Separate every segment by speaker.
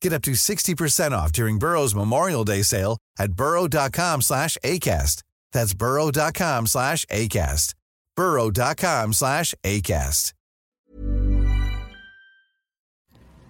Speaker 1: Get up to 60% off during Burrow's Memorial Day sale at burrow.com slash ACAST. That's burrow.com slash ACAST. burrow.com slash ACAST.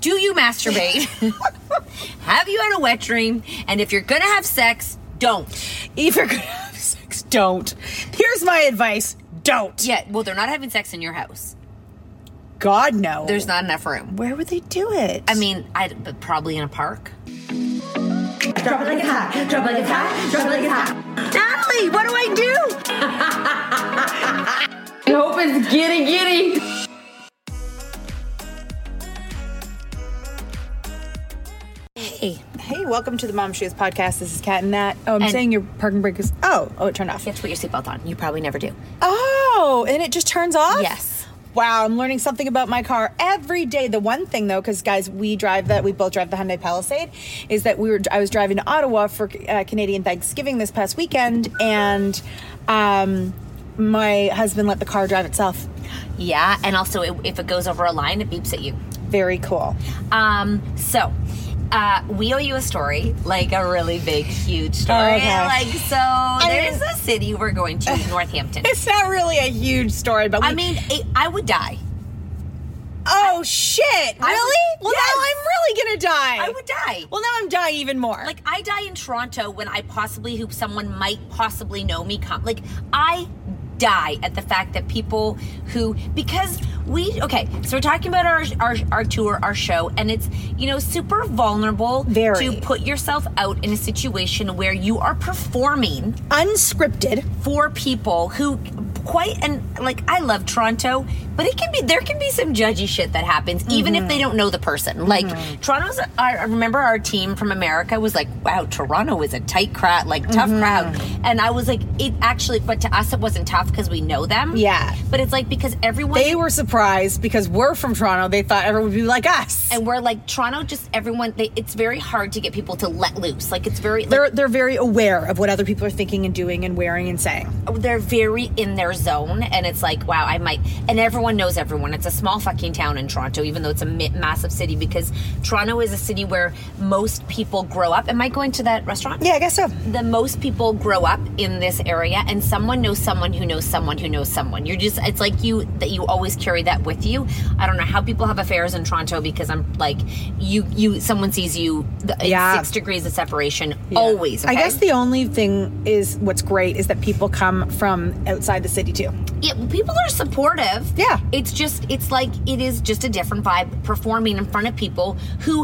Speaker 2: Do you masturbate? have you had a wet dream? And if you're gonna have sex, don't.
Speaker 3: If you're gonna have sex, don't. Here's my advice: don't.
Speaker 2: Yeah, well, they're not having sex in your house.
Speaker 3: God no.
Speaker 2: There's not enough room.
Speaker 3: Where would they do it?
Speaker 2: I mean, I but probably in a park.
Speaker 4: Drop it like it's hot. Drop it like it's hot. Drop it like it's hot. Natalie, what do I do? I hope it's giddy giddy.
Speaker 2: Hey,
Speaker 3: hey, welcome to the Mom Shoes podcast. This is Kat and Nat. Oh, I'm
Speaker 2: And-
Speaker 3: saying your parking brake is. Oh, oh, it turned off.
Speaker 2: you have to put your seatbelt on. You probably never do.
Speaker 3: Oh, and it just turns off?
Speaker 2: Yes.
Speaker 3: Wow, I'm learning something about my car every day. The one thing though, because guys, we drive that we both drive the Hyundai Palisade, is that we were I was driving to Ottawa for uh, Canadian Thanksgiving this past weekend, and um, my husband let the car drive itself.
Speaker 2: Yeah, and also it, if it goes over a line, it beeps at you.
Speaker 3: Very cool.
Speaker 2: Um, so uh, we owe you a story, like a really big, huge story.
Speaker 3: Okay.
Speaker 2: Like so, there's a city we're going to, Northampton.
Speaker 3: It's not really a huge story, but we,
Speaker 2: I mean, it, I would die.
Speaker 3: oh shit, really?
Speaker 2: I would-
Speaker 3: well,
Speaker 2: Yes.
Speaker 3: now I'm really gonna die.
Speaker 2: I would die.
Speaker 3: Well, now I'm dying even more.
Speaker 2: Like I die in Toronto when I possibly who someone might possibly know me come. Like I die at the fact that people who because we okay so we're talking about our our, our tour our show and it's you know super vulnerable
Speaker 3: Very.
Speaker 2: to put yourself out in a situation where you are performing
Speaker 3: unscripted.
Speaker 2: for people who quite and like I love Toronto But it can be there can be some judgy shit that happens even if
Speaker 5: Mm-hmm.
Speaker 2: they don't know the person. Like Toronto's I I remember our team from America was like, "Wow, Toronto is a tight crowd, like tough
Speaker 5: Mm-hmm.
Speaker 2: crowd." And I was like, "It actually but to us it wasn't tough because we know them."
Speaker 5: Yeah.
Speaker 2: But it's like because everyone
Speaker 5: They were surprised because we're from Toronto. They thought everyone would be like us.
Speaker 2: and we're like Toronto just everyone they, it's very hard to get people to let loose. Like it's very like,
Speaker 5: they're they're very aware of what other people are thinking and doing and wearing and saying.
Speaker 2: they're very in their zone and it's like wow i might and everyone knows everyone it's a small fucking town in toronto even though it's a mi- massive city because toronto is a city where most people grow up am i going to that restaurant
Speaker 5: Yeah, I guess so.
Speaker 2: the most people grow up in this area and someone knows someone who knows someone who knows someone you're just it's like you that you always carry that with you i don't know how people have affairs in toronto because i'm like you you someone sees you the, it's
Speaker 5: Yeah.
Speaker 2: six degrees of separation always
Speaker 5: I
Speaker 2: okay?
Speaker 5: guess the only thing is what's great is that people come from outside the city too.
Speaker 2: Yeah, people are supportive.
Speaker 5: Yeah.
Speaker 2: It's just, it's like, it is just a different vibe performing in front of people who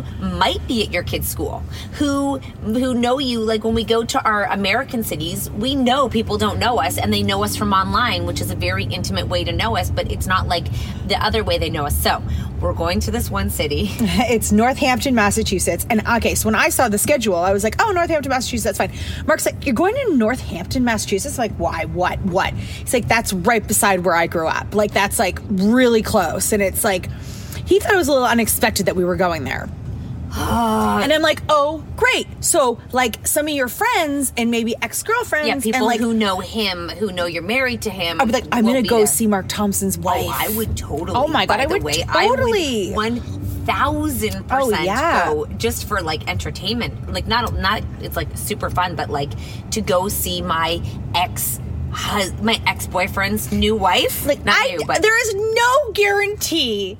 Speaker 2: might be at your kid's school, who who know you. Like when we go to our American cities, we know people don't know us and they know us from online, which is a very intimate way to know us, but it's not like the other way they know us. So we're going to this one city.
Speaker 5: It's Northampton, Massachusetts. And okay, so when I saw the schedule, I was like, oh, Northampton, Massachusetts, that's fine. Mark's like, you're going to Northampton, Massachusetts? I'm like, why? What? What? He's like, that's right beside where I grew up. Like, that's like really close. And it's like, he thought it was a little unexpected that we were going there.
Speaker 2: Ah.
Speaker 5: and I'm like, oh, great. So, like, some of your friends and maybe ex girlfriends
Speaker 2: yeah, people
Speaker 5: and like,
Speaker 2: who know him, who know you're married to him.
Speaker 5: I'd be like, I'm
Speaker 2: will
Speaker 5: going to
Speaker 2: be
Speaker 5: go
Speaker 2: there.
Speaker 5: see Mark Thompson's wife.
Speaker 2: Oh, I would totally.
Speaker 5: Oh my God,
Speaker 2: by
Speaker 5: I
Speaker 2: the
Speaker 5: would
Speaker 2: way,
Speaker 5: totally.
Speaker 2: I would one thousand
Speaker 5: Oh,
Speaker 2: percent
Speaker 5: yeah.
Speaker 2: go just for like entertainment. Like not not it's like super fun, but like to go see my ex. hus- My ex boyfriend's new wife,
Speaker 5: Like,
Speaker 2: not
Speaker 5: I,
Speaker 2: new, but
Speaker 5: there is no guarantee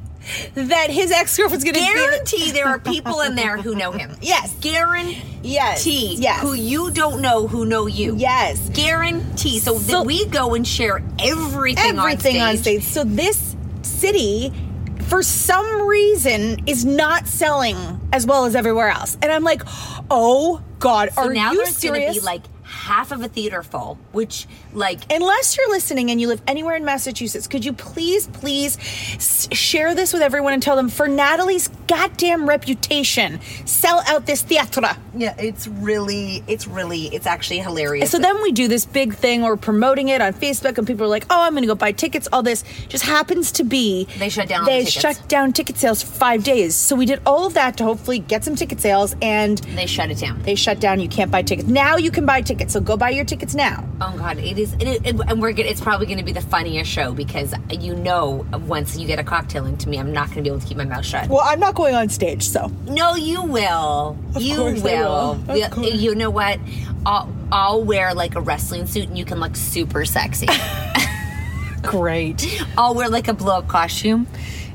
Speaker 5: that his ex girlfriend's going to
Speaker 2: guarantee there are people in there who know him.
Speaker 5: Yes.
Speaker 2: guarantee.
Speaker 5: Yes, yes.
Speaker 2: who you don't know who know you.
Speaker 5: Yes.
Speaker 2: guarantee. So,
Speaker 5: So-
Speaker 2: that we go and share everything,
Speaker 5: everything
Speaker 2: on stage.
Speaker 5: So this city, for some reason, is not selling as well as everywhere else. And I'm like, oh God,
Speaker 2: So
Speaker 5: are
Speaker 2: now
Speaker 5: you
Speaker 2: there's going to
Speaker 5: serious?
Speaker 2: be like half of a theater full, which like
Speaker 5: Unless you're listening and you live anywhere in Massachusetts, could you please, please s- share this with everyone and tell them for Natalie's goddamn reputation, sell out this theatre.
Speaker 2: Yeah, it's really, it's really, it's actually hilarious.
Speaker 5: So then we do this big thing, we're promoting it on Facebook, and people are like, oh, I'm gonna go buy tickets. All this just happens to be
Speaker 2: They shut down all
Speaker 5: They
Speaker 2: the tickets.
Speaker 5: shut down ticket sales for five days. So we did all of that to hopefully get some ticket sales, and
Speaker 2: they shut it down.
Speaker 5: they shut down. You can't buy tickets now. You can buy tickets, so go buy your tickets now.
Speaker 2: oh God, it is, it, it, and we're gonna, it's probably going to be the funniest show because you know, once you get a cocktail into me, I'm not going to be able to keep my mouth shut.
Speaker 5: Well, I'm not going on stage, so
Speaker 2: No, you will. you
Speaker 5: course I
Speaker 2: will.
Speaker 5: will. Of
Speaker 2: You- You know what? I'll, I'll wear like a wrestling suit, and you can look super sexy.
Speaker 5: great,
Speaker 2: I'll wear like a blow up costume,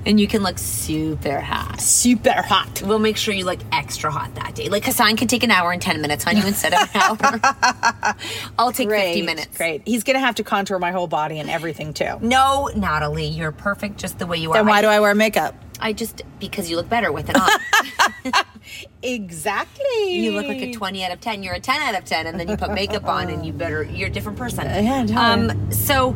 Speaker 2: and you can look super hot.
Speaker 5: super hot.
Speaker 2: We'll make sure you look extra hot that day. Like Hassan can take an hour and ten minutes on you instead of an hour. I'll take fifty
Speaker 5: Great,
Speaker 2: minutes.
Speaker 5: Great. He's gonna have to contour my whole body and everything too.
Speaker 2: No, Natalie, you're perfect just the way you are.
Speaker 5: Then why do I wear makeup?
Speaker 2: I just because you look better with it on.
Speaker 5: Exactly.
Speaker 2: you look like a twenty out of ten. You're a ten out of ten, and then you put makeup on, and you better. You're a different person.
Speaker 5: Uh, yeah, totally.
Speaker 2: Um. So.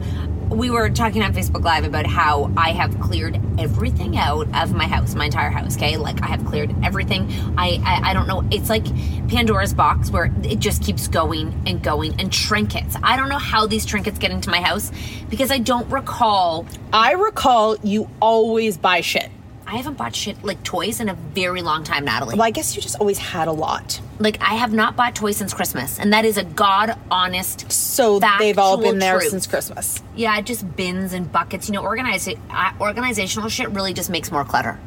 Speaker 2: We were talking on Facebook Live about how I have cleared everything out of my house, my entire house. Okay, like I have cleared everything. I I, I don't know. It's like Pandora's box where it just keeps going and going and trinkets. I don't know how these trinkets get into my house because I don't recall
Speaker 5: I recall you always buy shit.
Speaker 2: I haven't bought shit like toys in a very long time, Natalie.
Speaker 5: Well,
Speaker 2: Like,
Speaker 5: I guess you just always had a lot.
Speaker 2: I have not bought toys since Christmas, and that is a god honest.
Speaker 5: So they've all
Speaker 2: factual
Speaker 5: been there
Speaker 2: truth.
Speaker 5: since Christmas.
Speaker 2: Yeah, just bins and buckets. You know, organize uh, organizational shit really just makes more clutter.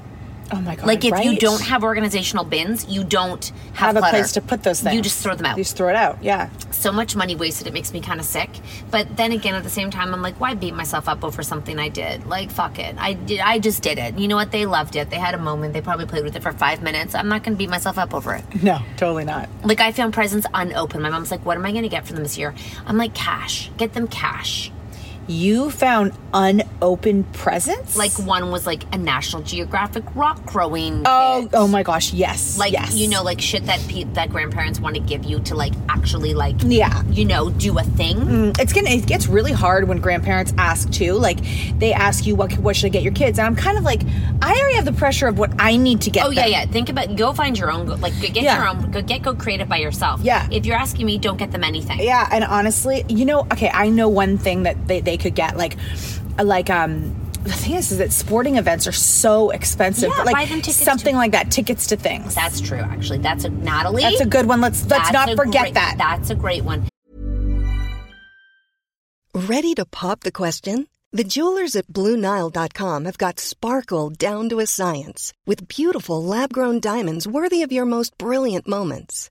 Speaker 5: Oh my god!
Speaker 2: Like if you
Speaker 5: right?
Speaker 2: don't have organizational bins, you don't have,
Speaker 5: Have a
Speaker 2: clutter.
Speaker 5: place to put those things,
Speaker 2: You just throw them out.
Speaker 5: You just throw it out. Yeah.
Speaker 2: so much money wasted. It makes me kind of sick. But then again, at the same time, I'm like, why beat myself up over something I did? Like, fuck it. I did. I just did it. You know what? They loved it. They had a moment. They probably played with it for five minutes. I'm not gonna beat myself up over it.
Speaker 5: No, totally not.
Speaker 2: Like I found presents unopened. My mom's like, "What am I going to get for them this year?" I'm like, "Cash. Get them cash."
Speaker 5: You found unopened presents?
Speaker 2: Like one was like a National Geographic rock growing.
Speaker 5: Oh,
Speaker 2: kit.
Speaker 5: oh my gosh, yes.
Speaker 2: Like
Speaker 5: yes.
Speaker 2: you know, like shit that pe- that grandparents want to give you to like actually like
Speaker 5: Yeah. Mm-hmm.
Speaker 2: you know do a thing.
Speaker 5: it's gonna it gets really hard when grandparents ask too like they ask you what what should i get your kids and i'm kind of like i already have the pressure of what i need to get
Speaker 2: Oh yeah,
Speaker 5: them.
Speaker 2: yeah. Think about go find your own. go- Like go get
Speaker 5: Yeah.
Speaker 2: your own. Go get go creative by yourself.
Speaker 5: Yeah.
Speaker 2: If you're asking me, don't get them anything.
Speaker 5: yeah and honestly you know okay i know one thing that they, they could get like like um the thing is, is that sporting events are so expensive.
Speaker 2: Yeah,
Speaker 5: like
Speaker 2: buy them tickets to-
Speaker 5: something like that, tickets to things.
Speaker 2: That's true. Actually, that's a Natalie.
Speaker 5: That's a good one. Let's let's
Speaker 2: that's
Speaker 5: not
Speaker 2: a
Speaker 5: forget
Speaker 2: great-
Speaker 5: that.
Speaker 2: That's a great one.
Speaker 6: Ready to pop the question? The jewelers at BlueNile.com have got sparkle down to a science with beautiful lab grown diamonds worthy of your most brilliant moments.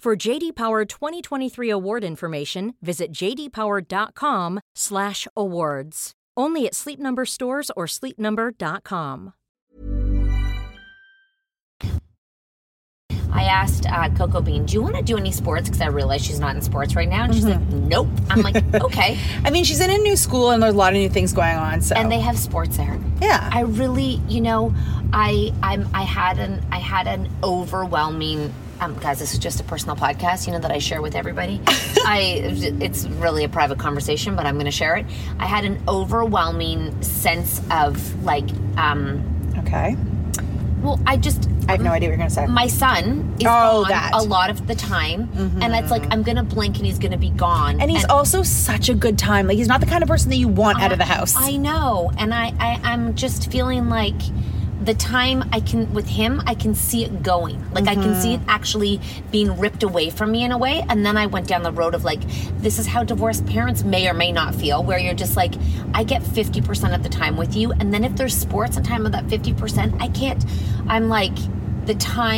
Speaker 7: For JD Power 2023 award information, visit jdpower.com/awards. Only at Sleep Number stores or sleepnumber.com.
Speaker 2: I asked uh, Coco Bean, "Do you want to do any sports?" Because I realized she's not in sports right now, and she's
Speaker 5: Mm-hmm.
Speaker 2: like, "Nope." I'm like, "Okay."
Speaker 5: I mean, she's in a new school and there's a lot of new things going on. So
Speaker 2: And they have sports there.
Speaker 5: yeah,
Speaker 2: I really, you know, I I'm I had an I had an overwhelming um, guys, this is just a personal podcast, you know, that I share with everybody. I it's really a private conversation, but I'm going to share it. I had an overwhelming sense of like, um,
Speaker 5: okay.
Speaker 2: well, I just
Speaker 5: I have no idea what you're gonna say.
Speaker 2: my son is
Speaker 5: Oh,
Speaker 2: gone
Speaker 5: that. Mm-hmm.
Speaker 2: a lot of the time, and it's like I'm going to blink and he's going to be gone,
Speaker 5: and he's also such a good time. Like he's not the kind of person that you want out of the house.
Speaker 2: I know, and I, I I'm just feeling like the time I can with him, I can see it going. Like I can see it actually being ripped away from me in a way. And then I went down the road of like, this is how divorced parents may or may not feel, where you're just like, I get fifty percent of the time with you, and then if there's sports and time of that fifty percent, I can't. I'm like, the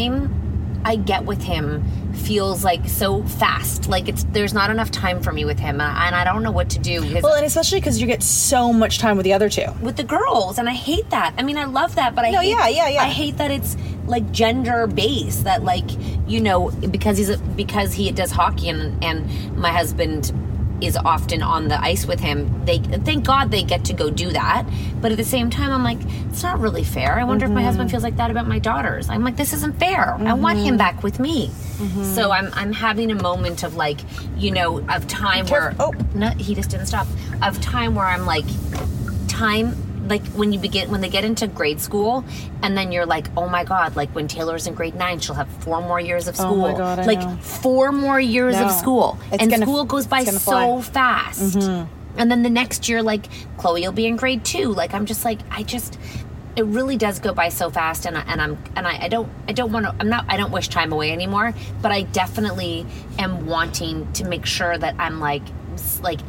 Speaker 2: time I get with him feels like so fast. Like it's there's not enough time for me with him, and I, and I don't know what to do. because-
Speaker 5: well, and especially because you get so much time with the other two.
Speaker 2: with the girls, and I hate that. I mean, I love that, but I
Speaker 5: No,
Speaker 2: hate,
Speaker 5: yeah, yeah, yeah.
Speaker 2: I hate that it's like gender based. That like you know because he's a, because he does hockey and and my husband is often on the ice with him. They thank God they get to go do that, but at the same time, I'm like it's not really fair. I wonder if my
Speaker 5: Mm-hmm.
Speaker 2: husband feels like that about my daughters. I'm like this isn't fair. I want him back with me.
Speaker 5: Mm-hmm.
Speaker 2: So I'm I'm having a moment of like you know of time where
Speaker 5: Oh.
Speaker 2: no he just didn't stop of time where I'm like time like when you begin when they get into grade school and then you're like oh my god like when taylor's in grade nine she'll have four more years of school
Speaker 5: Oh my God, I
Speaker 2: like
Speaker 5: know.
Speaker 2: four more years of
Speaker 5: No.
Speaker 2: school
Speaker 5: It's
Speaker 2: and
Speaker 5: gonna-
Speaker 2: school goes by
Speaker 5: it's gonna
Speaker 2: so
Speaker 5: fly. Mm-hmm.
Speaker 2: fast and then the next year like chloe will be in grade two like i'm just like i just it really does go by so fast and, I, and i'm and i, I don't i don't want to i'm not i don't wish time away anymore but i definitely am wanting to make sure that i'm like s- like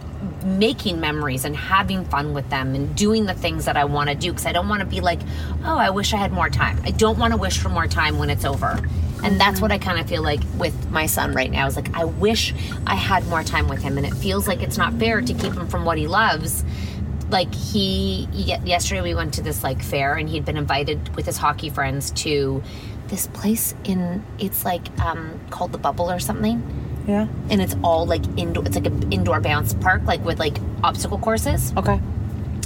Speaker 2: making memories and having fun with them and doing the things that i want to do because i don't want to be like oh i wish i had more time i don't want to wish for more time when it's over and that's what i kind of feel like with my son right now is like i wish i had more time with him and it feels like it's not fair to keep him from what he loves like he ye- yesterday we went to this like fair and he'd been invited with his hockey friends to this place in it's like um called the bubble or something
Speaker 5: Yeah.
Speaker 2: and it's all like indoor. It's like an indoor bounce park, like with like obstacle courses.
Speaker 5: Okay.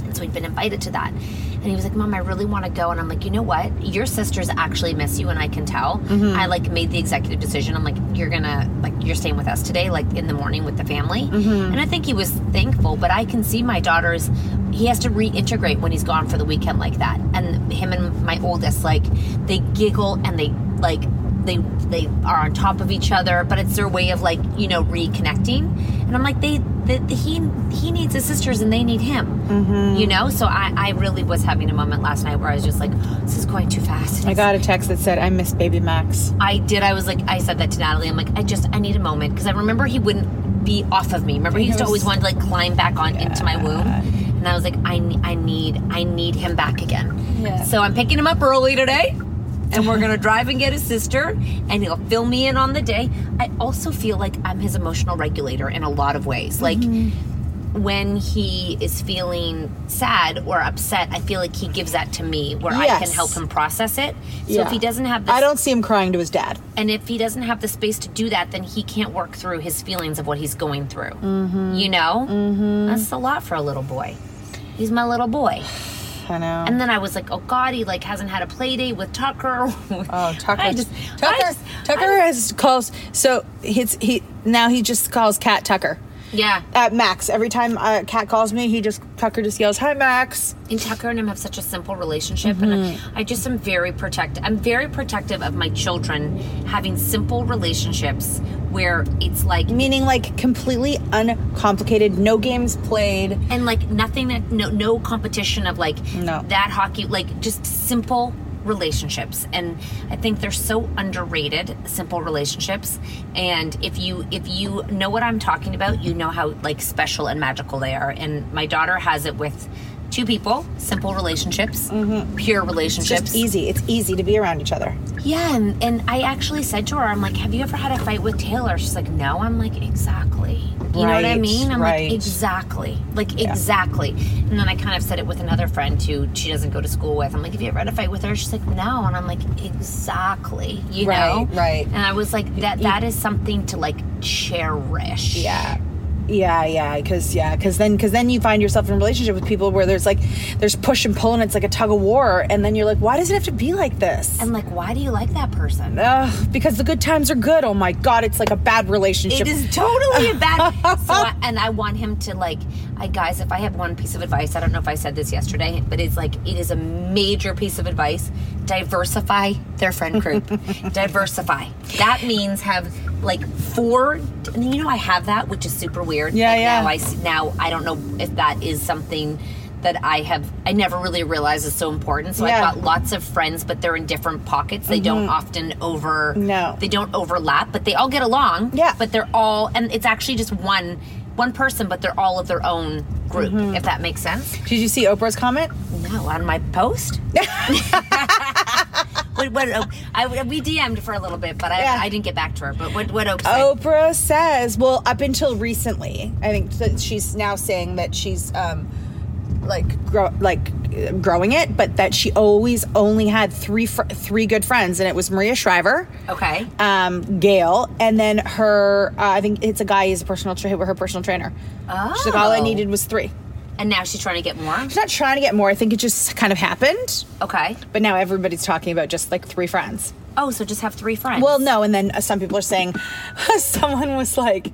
Speaker 2: And so we'd been invited to that. And he was like, Mom, I really want to go. And I'm like, You know what? Your sisters actually miss you, and I can tell. I like made the executive decision. I'm like, You're gonna, like, you're staying with us today, like in the morning with the family. And I think he was thankful, but I can see my daughters, he has to reintegrate when he's gone for the weekend like that. And him and my oldest, like, they giggle and they, like, they, they are on top of each other, but it's their way of like you know reconnecting. And I'm like, they, the, he he needs his sisters and they need him you know so I, I really was having a moment last night where i was just like this is going too fast
Speaker 5: I got a text that said, I miss baby Max.
Speaker 2: i did i was like i said that to natalie i'm like i just i need a moment because i remember he wouldn't be off of me remember he used to always want to like climb back on into my womb and i was like I, ne- I need i need him back again
Speaker 5: Yeah.
Speaker 2: so i'm picking him up early today and we're gonna drive and get his sister and he'll fill me in on the day i also feel like i'm his emotional regulator in a lot of ways like
Speaker 5: Mm-hmm.
Speaker 2: when he is feeling sad or upset, I feel like he gives that to me where I can
Speaker 5: Yes.
Speaker 2: help him process it. So if
Speaker 5: Yeah.
Speaker 2: he doesn't have this,
Speaker 5: I don't see him crying to his dad.
Speaker 2: and if he doesn't have the space to do that, then he can't work through his feelings of what he's going through. You know, mm-hmm. that's a lot for a little boy. He's my little boy.
Speaker 5: I know.
Speaker 2: And then I was like, oh God, he like hasn't had a play date with Tucker.
Speaker 5: Oh, Tucker!
Speaker 2: I just, I
Speaker 5: Tucker!
Speaker 2: just-
Speaker 5: Tucker
Speaker 2: I-
Speaker 5: has calls. So his he now he just calls Cat Tucker.
Speaker 2: yeah.
Speaker 5: Uh, Max. Every time uh, Cat calls me, he just Tucker just yells, "Hi, Max."
Speaker 2: and Tucker and him have such a simple relationship, and
Speaker 5: Mm-hmm.
Speaker 2: I, I just am very protective. I'm very protective of my children having simple relationships where it's like
Speaker 5: Meaning like completely uncomplicated, no games played.
Speaker 2: and like nothing that no no competition of like
Speaker 5: No.
Speaker 2: that hockey like just simple relationships and i think they're so underrated simple relationships and if you if you know what i'm talking about you know how like special and magical they are and my daughter has it with two people simple relationships pure
Speaker 5: It's
Speaker 2: relationships
Speaker 5: Mm-hmm. just easy. It's easy to be around each other.
Speaker 2: Yeah, and, and I actually said to her, I'm like, have you ever had a fight with Taylor? She's like, no. I'm like, exactly. You know what I
Speaker 5: Right,
Speaker 2: mean? I'm
Speaker 5: right.
Speaker 2: like, exactly. Like, exactly. And then I kind of said it with another friend who she doesn't go to school with. I'm like, have you ever had a fight with her? She's like, no. And I'm like, exactly. You know?
Speaker 5: Right, right.
Speaker 2: And I was like, that that is something to like cherish.
Speaker 5: Yeah. Yeah, yeah, because yeah, because then because then you find yourself in a relationship with people where there's like there's push and pull and it's like a tug of war, and then you're like, why does it have to be like this?
Speaker 2: And like, why do you like that person?
Speaker 5: Ugh, because the good times are good. Oh my god, it's like a bad relationship.
Speaker 2: It is totally a bad. so I, and I want him to like, I guys, if I have one piece of advice, I don't know if I said this yesterday, but it's like it is a major piece of advice. Diversify their friend group. diversify. That means have like four. and You know, I have that, which is super weird.
Speaker 5: Yeah,
Speaker 2: Like,
Speaker 5: yeah.
Speaker 2: Now I s- now I don't know if that is something. That I have, I never really realized is so important. So
Speaker 5: Yeah. Mm-hmm.
Speaker 2: I've got lots of friends, but they're in different pockets. They don't often over,
Speaker 5: No.
Speaker 2: they don't overlap, but they all get along.
Speaker 5: Yeah.
Speaker 2: But they're all, and it's actually just one one person, but they're all of their own group.
Speaker 5: Mm-hmm.
Speaker 2: If that makes sense.
Speaker 5: Did you see Oprah's comment?
Speaker 2: No, on my post. what, what, oh, I, we DM'd for a little bit, but I,
Speaker 5: Yeah. Oh.
Speaker 2: I didn't get back to her. But what what Oak said.
Speaker 5: Oprah says, well, up until recently, I think that she's now saying that she's um, like grow, like uh, growing it, but that she always only had three fr- three good friends, and it was Maria Shriver,
Speaker 2: Okay.
Speaker 5: um, Gail, and then her. Uh, I think it's a guy. He's a personal tra- her personal trainer. Oh. She's like, all I
Speaker 2: Oh.
Speaker 5: needed was three.
Speaker 2: And now she's trying to get more.
Speaker 5: She's not trying to get more. I think it just kind of happened.
Speaker 2: Okay.
Speaker 5: But now everybody's talking about just like three friends.
Speaker 2: Oh, so just have three friends.
Speaker 5: Well, no, and then uh, some people are saying someone was like,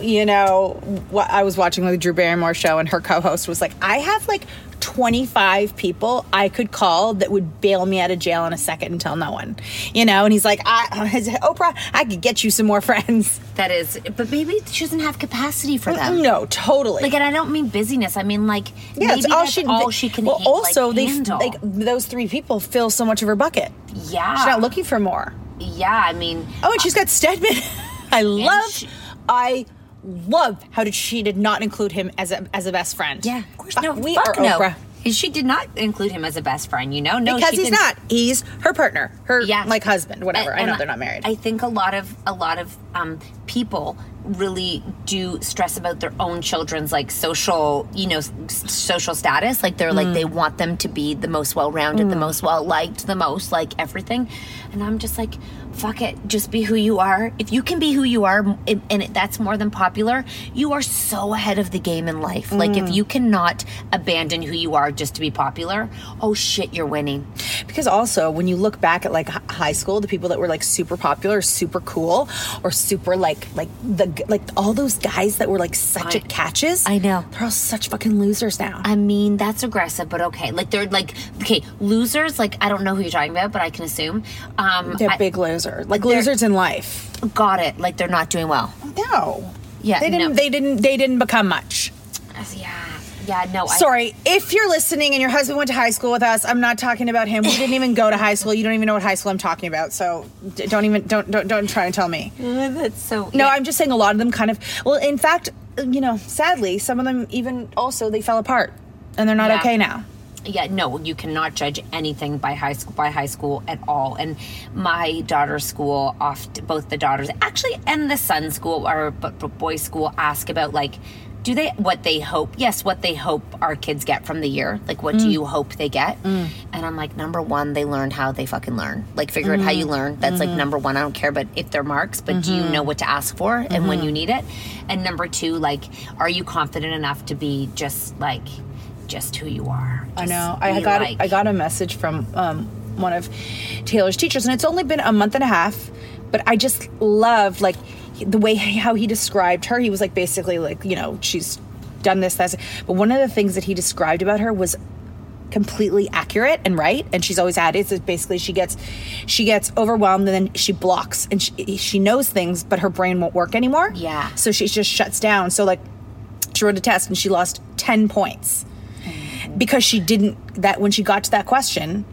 Speaker 5: you know, what I was watching the Drew Barrymore show, and her co-host was like, I have like twenty five people I could call that would bail me out of jail in a second and tell no one, you know, and he's like, I, Oprah, I could get you some more friends.
Speaker 2: that is. But maybe she doesn't have capacity for them.
Speaker 5: No, totally.
Speaker 2: Like, and I don't mean busyness. I mean like
Speaker 5: yeah,
Speaker 2: maybe
Speaker 5: it's all
Speaker 2: that's
Speaker 5: she.
Speaker 2: all she can.
Speaker 5: Well,
Speaker 2: ha-
Speaker 5: also
Speaker 2: like,
Speaker 5: they
Speaker 2: handle.
Speaker 5: like those three people fill so much of her bucket.
Speaker 2: yeah,
Speaker 5: She's not looking for more.
Speaker 2: yeah. I mean,
Speaker 5: Oh, and she's got Stedman. I love.
Speaker 2: she-
Speaker 5: I love how did she did not include him as a as a best friend.
Speaker 2: Yeah, of course.
Speaker 5: Fuck,
Speaker 2: No,
Speaker 5: we
Speaker 2: fuck
Speaker 5: are
Speaker 2: no.
Speaker 5: Oprah
Speaker 2: And She did not include him as a best friend, you know. No,
Speaker 5: because
Speaker 2: she
Speaker 5: he's
Speaker 2: did-
Speaker 5: not. He's her partner, her like husband, whatever.
Speaker 2: A-
Speaker 5: I know
Speaker 2: and
Speaker 5: they're not married.
Speaker 2: I think a lot of a lot of um, people really do stress about their own children's like social, you know, s- social status. Like they're
Speaker 5: Mm.
Speaker 2: like they want them to be the most well-rounded, the most well-liked, the most like everything. And I'm just like, fuck it, just be who you are. If you can be who you are, and and that's more than popular, you are so ahead of the game in life. Like
Speaker 5: Mm.
Speaker 2: if you cannot abandon who you are just to be popular, oh shit, you're winning.
Speaker 5: because also when you look back at like hi- high school the people that were like super popular super cool or super like like the g- like all those guys that were like such at catches
Speaker 2: I know.
Speaker 5: they're all such fucking losers now
Speaker 2: I mean, that's aggressive, but okay. Like they're like okay, losers. Like I don't know who you're talking about, but I can assume. Um,
Speaker 5: they're
Speaker 2: I-
Speaker 5: big loser like
Speaker 2: They're-
Speaker 5: losers in life
Speaker 2: got it. Like they're not doing well.
Speaker 5: no
Speaker 2: Yeah,
Speaker 5: they didn't
Speaker 2: no.
Speaker 5: they didn't they didn't become much
Speaker 2: Yeah, yeah. No, I,
Speaker 5: Sorry, if you're listening and your husband went to high school with us, I'm not talking about him. We didn't even go to high school. You don't even know what high school I'm talking about. So d- don't even don't don't, don't try and tell me.
Speaker 2: Mm-hmm. That's so.
Speaker 5: No, I'm just saying a lot of them kind of well, in fact, you know, sadly, some of them even also they fell apart and they're not
Speaker 2: Yeah.
Speaker 5: okay now.
Speaker 2: yeah no you cannot judge anything by high school by high school at all and my daughter's school off both the daughters actually and the son's school or b- b- boys school ask about like do they what they hope yes what they hope our kids get from the year like what do you hope they get and i'm like number one they learned how they fucking learn like figure out how you learn that's like number one i don't care about if they're marks but do you know what to ask for and when you need it and number two like are you confident enough to be just like just who you are.
Speaker 5: I
Speaker 2: Just
Speaker 5: know. I
Speaker 2: be
Speaker 5: got
Speaker 2: like-
Speaker 5: I got a message from um, one of Taylor's teachers, and it's only been a month and a half, but I just loved like the way how he described her. He was like basically like you know she's done this that, but one of the things that he described about her was completely accurate and right and she's always had it. It's basically she gets she gets overwhelmed and then she blocks and she, she knows things but her brain won't work anymore
Speaker 2: Yeah.
Speaker 5: so she just shuts down so like she wrote a test and she lost 10 points because she didn't that when she got to that question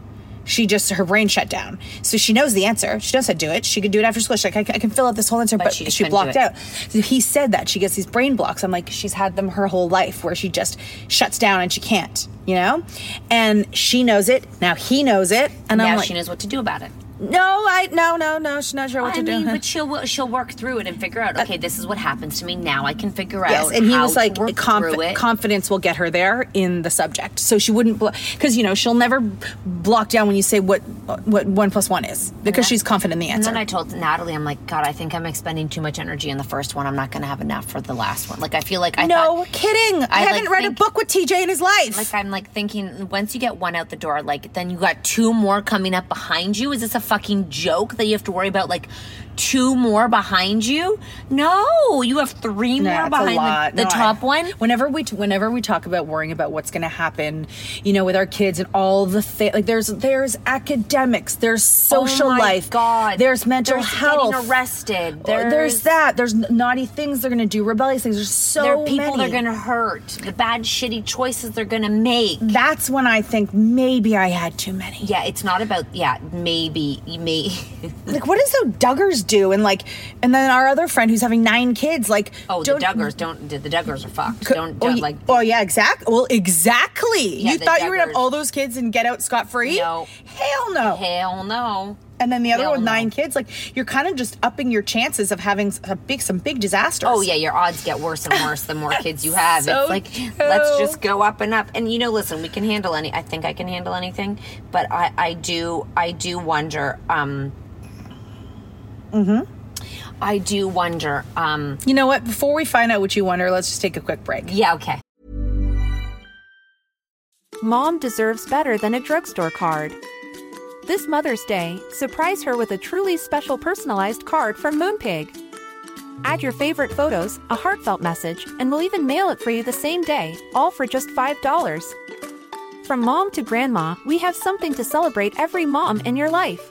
Speaker 5: she just her brain shut down so she knows the answer she knows how to do it she could do it after school she's like i, I can fill out this whole answer but, she,
Speaker 2: she just couldn't do
Speaker 5: blocked
Speaker 2: it.
Speaker 5: out so he said that she gets these brain blocks i'm like she's had them her whole life where she just shuts down and she can't you know and she knows it now he knows it and
Speaker 2: now
Speaker 5: i'm like
Speaker 2: she knows what to do about it.
Speaker 5: no i no no no she's not sure what
Speaker 2: I
Speaker 5: to
Speaker 2: mean,
Speaker 5: do
Speaker 2: but she'll she'll work through it and figure out. Okay, this is what happens to me. Now I can figure
Speaker 5: Yes,
Speaker 2: out.
Speaker 5: and he
Speaker 2: how
Speaker 5: was
Speaker 2: to
Speaker 5: like,
Speaker 2: work
Speaker 5: conf-
Speaker 2: through it.
Speaker 5: confidence will get her there in the subject, so she wouldn't because you know she'll never block down when you say what what one plus one is because she's confident in the
Speaker 2: and
Speaker 5: answer.
Speaker 2: then I told Natalie, I'm like, God, I think I'm expending too much energy in the first one. I'm not going to have enough for the last one. Like, I feel like I
Speaker 5: no
Speaker 2: thought-
Speaker 5: kidding! I,
Speaker 2: like,
Speaker 5: haven't read
Speaker 2: think-
Speaker 5: a book with TJ in his life.
Speaker 2: Like I'm like thinking once you get one out the door, like then you got two more coming up behind you. Is this a fucking joke that you have to worry about like two more behind you? No, you have three
Speaker 5: No,
Speaker 2: more
Speaker 5: it's a
Speaker 2: behind
Speaker 5: lot.
Speaker 2: the, the
Speaker 5: No, I-
Speaker 2: top one.
Speaker 5: Whenever we t- whenever we talk about worrying about what's going to happen, you know, with our kids and all the thi- like, there's there's academics, there's social
Speaker 2: Oh my
Speaker 5: life,
Speaker 2: God,
Speaker 5: there's mental
Speaker 2: There's
Speaker 5: health, Uh,
Speaker 2: getting arrested.
Speaker 5: There's,
Speaker 2: There's-
Speaker 5: that. There's n- naughty things they're going to do, rebellious things. There's so
Speaker 2: there are people
Speaker 5: many.
Speaker 2: they're gonna hurt, the bad shitty choices they're gonna make.
Speaker 5: That's when I think maybe I had too many.
Speaker 2: Yeah, it's not about yeah, maybe you may
Speaker 5: Like, what does the Duggars do? And like, and then our other friend who's having nine kids, like,
Speaker 2: Oh,
Speaker 5: don't-
Speaker 2: the Duggars don't the Duggars are fucked. don't
Speaker 5: oh,
Speaker 2: don't
Speaker 5: ye-
Speaker 2: like
Speaker 5: oh yeah, exactly. Well, exactly.
Speaker 2: Yeah,
Speaker 5: you
Speaker 2: the
Speaker 5: thought you were gonna
Speaker 2: Duggars.
Speaker 5: have all those kids and get out scot free?
Speaker 2: No.
Speaker 5: hell no.
Speaker 2: hell no.
Speaker 5: and then the other
Speaker 2: hell
Speaker 5: one with
Speaker 2: no.
Speaker 5: nine kids, like, you're kind of just upping your chances of having s- a big, some big disasters.
Speaker 2: Oh yeah, your odds get worse and worse the more kids you have.
Speaker 5: So
Speaker 2: it's like
Speaker 5: true.
Speaker 2: let's just go up and up. And you know, listen, we can handle any. I think I can handle anything, but I I do I do wonder. Um, mm-hmm. I do wonder. Um,
Speaker 5: You know what? Before we find out what you wonder, let's just take a quick break.
Speaker 2: yeah, okay.
Speaker 8: Mom deserves better than a drugstore card. This Mother's Day, surprise her with a truly special personalized card from Moonpig. Add your favorite photos, a heartfelt message, and we'll even mail it for you the same day, all for just $5. From mom to grandma, we have something to celebrate every mom in your life.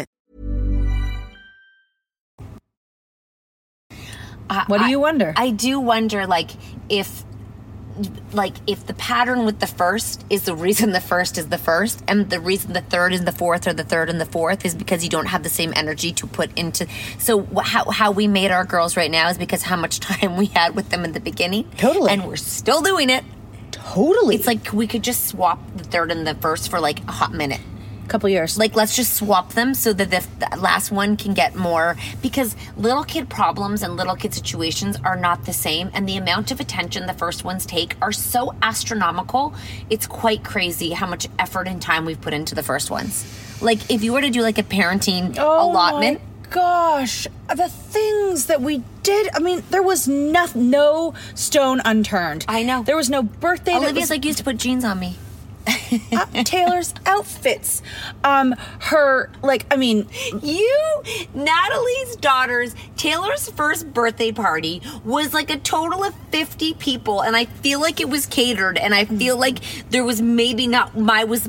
Speaker 5: What do you
Speaker 2: wonder? Uh, I do wonder, like if, like if the pattern with the first is the reason the first is the first, and the reason the third is the fourth, or the third and the fourth is because you don't have the same energy to put into. So wh- how how we made our girls right now is because how much time we had with them in the beginning. Totally, and we're still doing it.
Speaker 5: Totally,
Speaker 2: it's like we could just swap the third and the first for like a hot minute. Couple years. Like, let's just swap them so that the the last one can get more. Because little kid problems and little kid situations are not the same, and the amount of attention the first ones take are so astronomical. It's quite crazy how much effort and time we've put into the first ones. Like, if you were to do like a parenting allotment,
Speaker 5: Oh My gosh, the things that we did. I mean, there was no, no stone unturned. I know. There was no birthday. that
Speaker 2: Olivia's
Speaker 5: was-
Speaker 2: like, you used to put jeans on me.
Speaker 5: Uh, Taylor's outfits. Um, her like, I mean,
Speaker 2: you, Natalie's daughter's Taylor's first birthday party was like a total of 50 people and I feel like it was catered and I feel
Speaker 5: Mm-hmm.
Speaker 2: like there was maybe not my was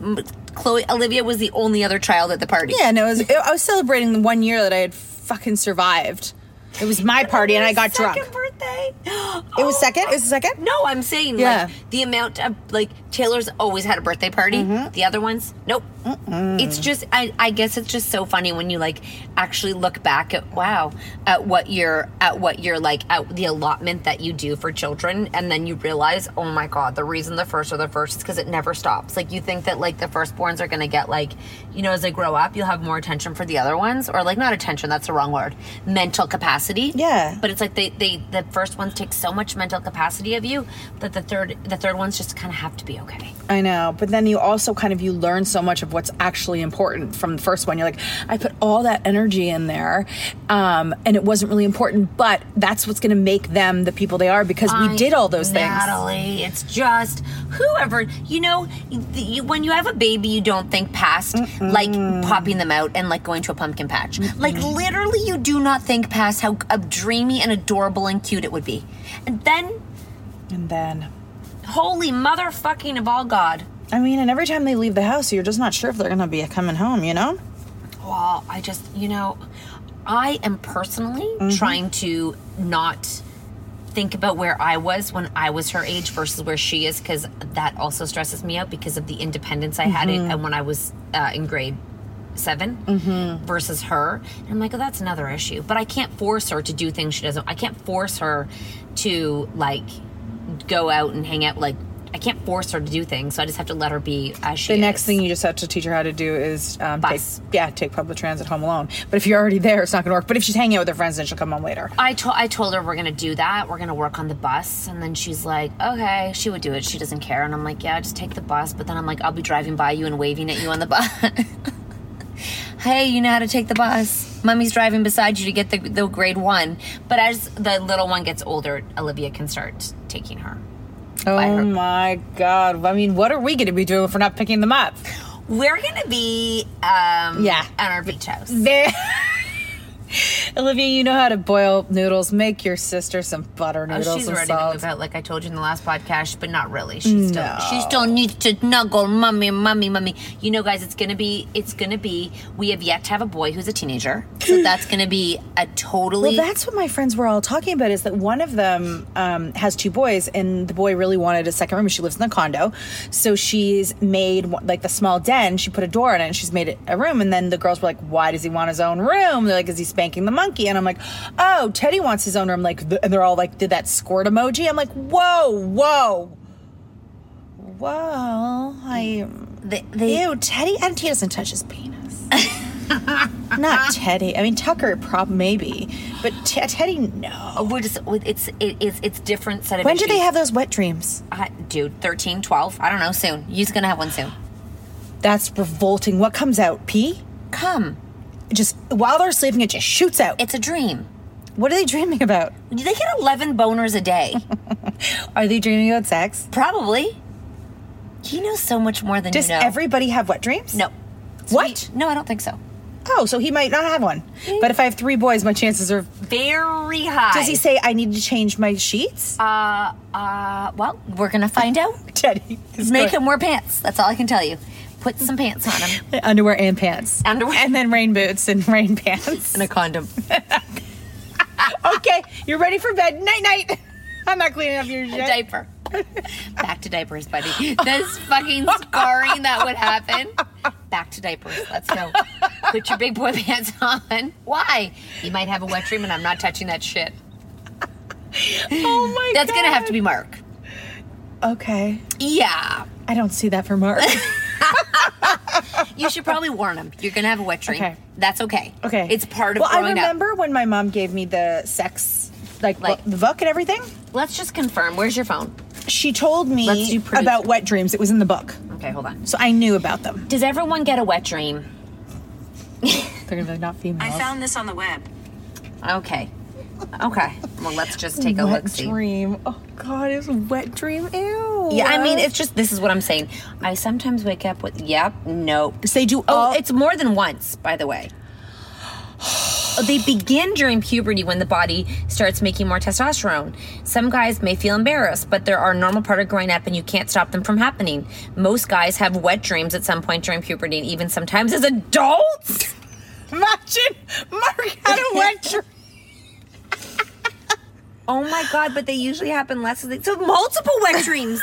Speaker 2: Chloe Olivia was the only other child at the party.
Speaker 5: Yeah, no, it was, it, I was celebrating the one year that I had fucking survived. It was my party, and I got drunk.
Speaker 2: birthday. Oh,
Speaker 5: It was second. It was the second.
Speaker 2: No, I'm saying
Speaker 5: Yeah.
Speaker 2: like the amount of like Taylor's always had a birthday party. The other ones, nope. It's just I, I guess it's just so funny when you like actually look back at wow at what your at what your like at the allotment that you do for children, and then you realize oh my god the reason the first are the first is because it never stops. Like you think that like the firstborns are gonna get like you know as they grow up you'll have more attention for the other ones or like not attention that's the wrong word mental capacity. Yeah, but it's like they they the first ones take so much mental capacity of you that the third the third ones just kind of have to be okay.
Speaker 5: I know, but then you also kind of you learn so much of what's actually important from the first one. You're like, I put all that energy in there, um, and it wasn't really important, but that's what's going to make them the people they are because we
Speaker 2: I-
Speaker 5: did all those things.
Speaker 2: Natalie, it's just whoever you know. the- You, when you have a baby, you don't think past like popping them out and like going to a pumpkin patch. Like literally, you do not think past how uh, dreamy and adorable and cute it would be. And then,
Speaker 5: and then,
Speaker 2: holy motherfucking of all God!
Speaker 5: I mean, and every time they leave the house, you're just not sure if they're going to be coming home. You know?
Speaker 2: Well, I just, you know, I am personally
Speaker 5: Mm-hmm.
Speaker 2: trying to not think about where I was when I was her age versus where she is because that also stresses me out because of the independence I had in,
Speaker 5: Mhm.
Speaker 2: and when I was uh, in grade 7
Speaker 5: Mm-hmm.
Speaker 2: versus her. And I'm like, oh, that's another issue. But I can't force her to do things she doesn't. I can't force her to like go out and hang out. Like, I can't force her to do things. So I just have to let her be as she
Speaker 5: the
Speaker 2: is.
Speaker 5: next thing you just have to teach her how to do is um, Take, yeah, take public transit home alone. But if you're already there, it's not going to work. But if she's hanging out with her friends, then she'll come home later.
Speaker 2: I told I told her we're gonna do that. We're gonna work on the bus, and then she's like, "Okay, she would do it. She doesn't care." And I'm like, "Yeah, just take the bus." But then I'm like, "I'll be driving by you and waving at you on the bus." hey, you know how to take the bus. Mummy's driving beside you to get the, the grade one. But as the little one gets older, Olivia can start taking her.
Speaker 5: Oh my god! I mean, what are we going to be doing if we're not picking them up?
Speaker 2: We're gonna be um,
Speaker 5: Yeah.
Speaker 2: at our beach house.
Speaker 5: There. Olivia, you know how to boil noodles. Make your sister some butter
Speaker 2: Oh,
Speaker 5: noodles
Speaker 2: she's
Speaker 5: and
Speaker 2: ready to
Speaker 5: salt.
Speaker 2: move out, like I told you in the last podcast, but not really. She's
Speaker 5: No.
Speaker 2: still she still needs to snuggle, mummy, mummy, mummy. You know, guys, it's gonna be it's gonna be. We have yet to have a boy who's a teenager, so that's gonna be a totally.
Speaker 5: Well, that's what my friends were all talking about is that one of them um, has two boys, and the boy really wanted a second room. She lives in the condo. So she's made one- like the small den, she put a door in it, and she's made it a room. And then the girls were like, Why does he want his own room? They're like, Is he spanking the monkey? And I'm like, Oh, Teddy wants his own room. Like, th- and they're all like, Did that squirt emoji? I'm like, Whoa, whoa. Well, I.
Speaker 2: They,
Speaker 5: Ew, Teddy. And he doesn't touch his penis. Not Teddy. I mean, Tucker, prob maybe. But Te- Teddy, no.
Speaker 2: oh, We're just with- it's it is it's different set of.
Speaker 5: When do they have those wet dreams?
Speaker 2: Uh, dude, 13, 12. I don't know. Soon, you's gonna have one soon.
Speaker 5: That's revolting. What comes out? Pee?
Speaker 2: Come.
Speaker 5: just while they're sleeping, it just shoots out.
Speaker 2: It's a dream.
Speaker 5: What are they dreaming about?
Speaker 2: They get 11 boners a day.
Speaker 5: are they dreaming about sex?
Speaker 2: Probably. You know so much more than
Speaker 5: Does
Speaker 2: you know.
Speaker 5: everybody have wet dreams?
Speaker 2: No.
Speaker 5: What?
Speaker 2: no, I don't think so.
Speaker 5: Oh, so he might not have one. But if I have three boys, my chances are
Speaker 2: very high.
Speaker 5: Does he say I need to change my sheets?
Speaker 2: Uh, uh, well, we're gonna find out.
Speaker 5: Teddy, is
Speaker 2: make
Speaker 5: going-
Speaker 2: him wear pants. That's all I can tell you. Put some pants on him
Speaker 5: Underwear and pants.
Speaker 2: Underwear.
Speaker 5: And then rain boots and rain pants.
Speaker 2: and a condom.
Speaker 5: okay, you're ready for bed. Night night. I'm not cleaning up your shit.
Speaker 2: diaper. Back to diapers, buddy. This fucking scarring that would happen. Back to diapers. Let's go. Put your big boy pants on. Why? You might have a wet dream, and I'm not touching that shit.
Speaker 5: Oh my
Speaker 2: That's
Speaker 5: god.
Speaker 2: gonna have to be Mark.
Speaker 5: Okay.
Speaker 2: Yeah.
Speaker 5: I don't see that for Mark.
Speaker 2: You should probably warn him. You're gonna have a wet dream.
Speaker 5: Okay.
Speaker 2: That's okay.
Speaker 5: Okay.
Speaker 2: It's part of
Speaker 5: Well, I
Speaker 2: growing up.
Speaker 5: remember when my mom gave me the sex like,
Speaker 2: Like-
Speaker 5: bu- the book and everything.
Speaker 2: Let's just confirm. Where's your phone?
Speaker 5: She told
Speaker 2: Let's
Speaker 5: me
Speaker 2: do produce.
Speaker 5: about wet dreams. It was in the book.
Speaker 2: Okay, hold on.
Speaker 5: So I knew about them.
Speaker 2: Does everyone get a wet dream?
Speaker 5: They're gonna be like, not female.
Speaker 4: this on the web.
Speaker 2: Okay. Okay. Well, let's just take a
Speaker 5: wet
Speaker 2: look. See.
Speaker 5: dream. Oh god, it's a wet dream. Ew.
Speaker 2: Yeah, I mean, it's just this is what I'm saying. I sometimes wake up with yep, no.
Speaker 5: So they do
Speaker 2: Oh,
Speaker 5: all-
Speaker 2: it's more than once, by the way. Oh, They begin during puberty when the body starts making more testosterone. Some guys may feel embarrassed, but they're a normal part of growing up and you can't stop them from happening. Most guys have wet dreams at some point during puberty and even sometimes as adults.
Speaker 5: imagine Mark had a wet dream.
Speaker 2: Oh my god, but they usually happen less than so multiple wet dreams.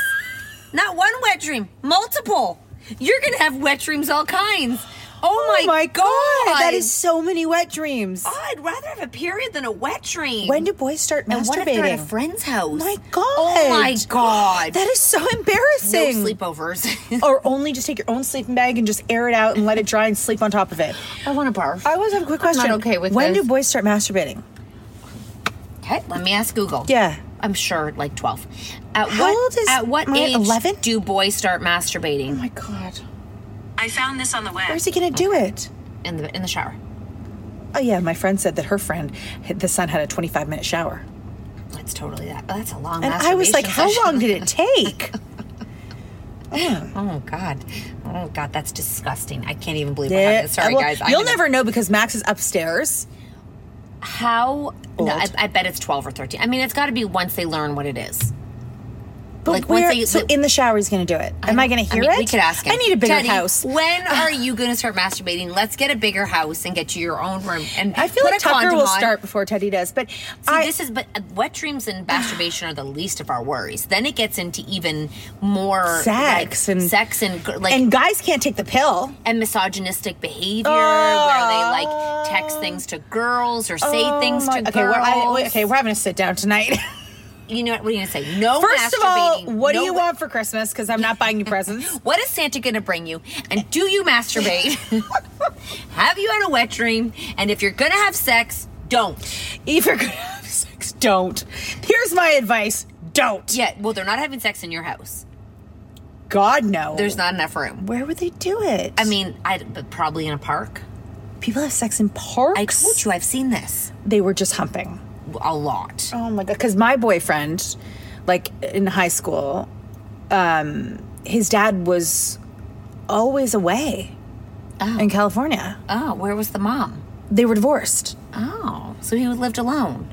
Speaker 2: Not one wet dream, multiple. You're gonna have wet dreams all kinds. Oh, my, god. Oh.
Speaker 5: that is so many wet dreams.
Speaker 2: I'd rather have a period than a wet dream.
Speaker 5: When do boys start
Speaker 2: and what if they're at a
Speaker 5: masturbating?
Speaker 2: friend's house?
Speaker 5: My god.
Speaker 2: Oh my god.
Speaker 5: That is so
Speaker 2: no
Speaker 5: embarrassing.
Speaker 2: sleepovers.
Speaker 5: or only just take your own sleeping bag and just air it out and let it dry and sleep on top of it.
Speaker 2: I want to barf.
Speaker 5: I always have a quick
Speaker 2: I'm not
Speaker 5: question.
Speaker 2: okay with
Speaker 5: when
Speaker 2: this.
Speaker 5: do boys start masturbating?
Speaker 2: Okay, let me ask Google.
Speaker 5: Yeah.
Speaker 2: I'm sure like 12. At
Speaker 5: How
Speaker 2: what
Speaker 5: old is
Speaker 2: at what
Speaker 5: my-
Speaker 2: age
Speaker 5: 11?
Speaker 2: do boys start masturbating?
Speaker 5: my god.
Speaker 4: I found this on the web.
Speaker 5: Where is he gonna do it?
Speaker 2: in the in the shower.
Speaker 5: Oh yeah, my friend said that her friend, the son had a 25 minute shower.
Speaker 2: That's totally that. Oh, that's a long
Speaker 5: And I was like,
Speaker 2: masturbation
Speaker 5: how
Speaker 2: session.
Speaker 5: long did it take?
Speaker 2: Oh God! Oh God! That's disgusting. I can't even believe we're
Speaker 5: Yeah,
Speaker 2: having this. Sorry,
Speaker 5: well,
Speaker 2: guys. I
Speaker 5: You'll
Speaker 2: haven't-
Speaker 5: never know because Max is upstairs.
Speaker 2: How? No, I,
Speaker 5: Old.
Speaker 2: I bet it's twelve or thirteen. I mean, it's got to be once they learn what it is.
Speaker 5: But
Speaker 2: Like, once
Speaker 5: where?
Speaker 2: they-
Speaker 5: so
Speaker 2: the-
Speaker 5: in the shower he's going to do it. Am I, going to hear
Speaker 2: mean,
Speaker 5: it?
Speaker 2: We could ask him.
Speaker 5: I need a bigger
Speaker 2: Teddy,
Speaker 5: house.
Speaker 2: When are you going to start masturbating? Let's get a bigger house and get you your own room. And
Speaker 5: I feel
Speaker 2: put
Speaker 5: like
Speaker 2: a
Speaker 5: Tucker
Speaker 2: condom
Speaker 5: will
Speaker 2: on.
Speaker 5: start before Teddy does, but
Speaker 2: See,
Speaker 5: I
Speaker 2: this is but uh, wet dreams and masturbation are the least of our worries. Then it gets into even more like,
Speaker 5: Sex and-
Speaker 2: sex and gr- like
Speaker 5: and guys can't take the pill.
Speaker 2: and misogynistic behavior where they like text things to girls or say things to
Speaker 5: Oh okay,
Speaker 2: girls.
Speaker 5: we're, I, wait, okay, we're having a sit down tonight.
Speaker 2: You know what? What are you gonna say? No.
Speaker 5: First of all,
Speaker 2: Oh, masturbating.
Speaker 5: what do
Speaker 2: No-
Speaker 5: you want for Christmas? Because I'm not buying you presents.
Speaker 2: What is Santa gonna bring you? And do you masturbate? have you had a wet dream? And if you're gonna have sex, don't.
Speaker 5: if you're going to have sex, don't. Here's my advice: don't.
Speaker 2: Yeah. Well, they're not having sex in your house.
Speaker 5: God no.
Speaker 2: There's not enough room.
Speaker 5: Where would they do it?
Speaker 2: I mean, I but probably in a park.
Speaker 5: people have sex in parks.
Speaker 2: I told you I've seen this
Speaker 5: they were just humping.
Speaker 2: a lot.
Speaker 5: Oh my god! Because my boyfriend, like in high school, um, his dad was always away in California.
Speaker 2: Oh, where was the mom?
Speaker 5: They were divorced.
Speaker 2: Oh, so he lived alone.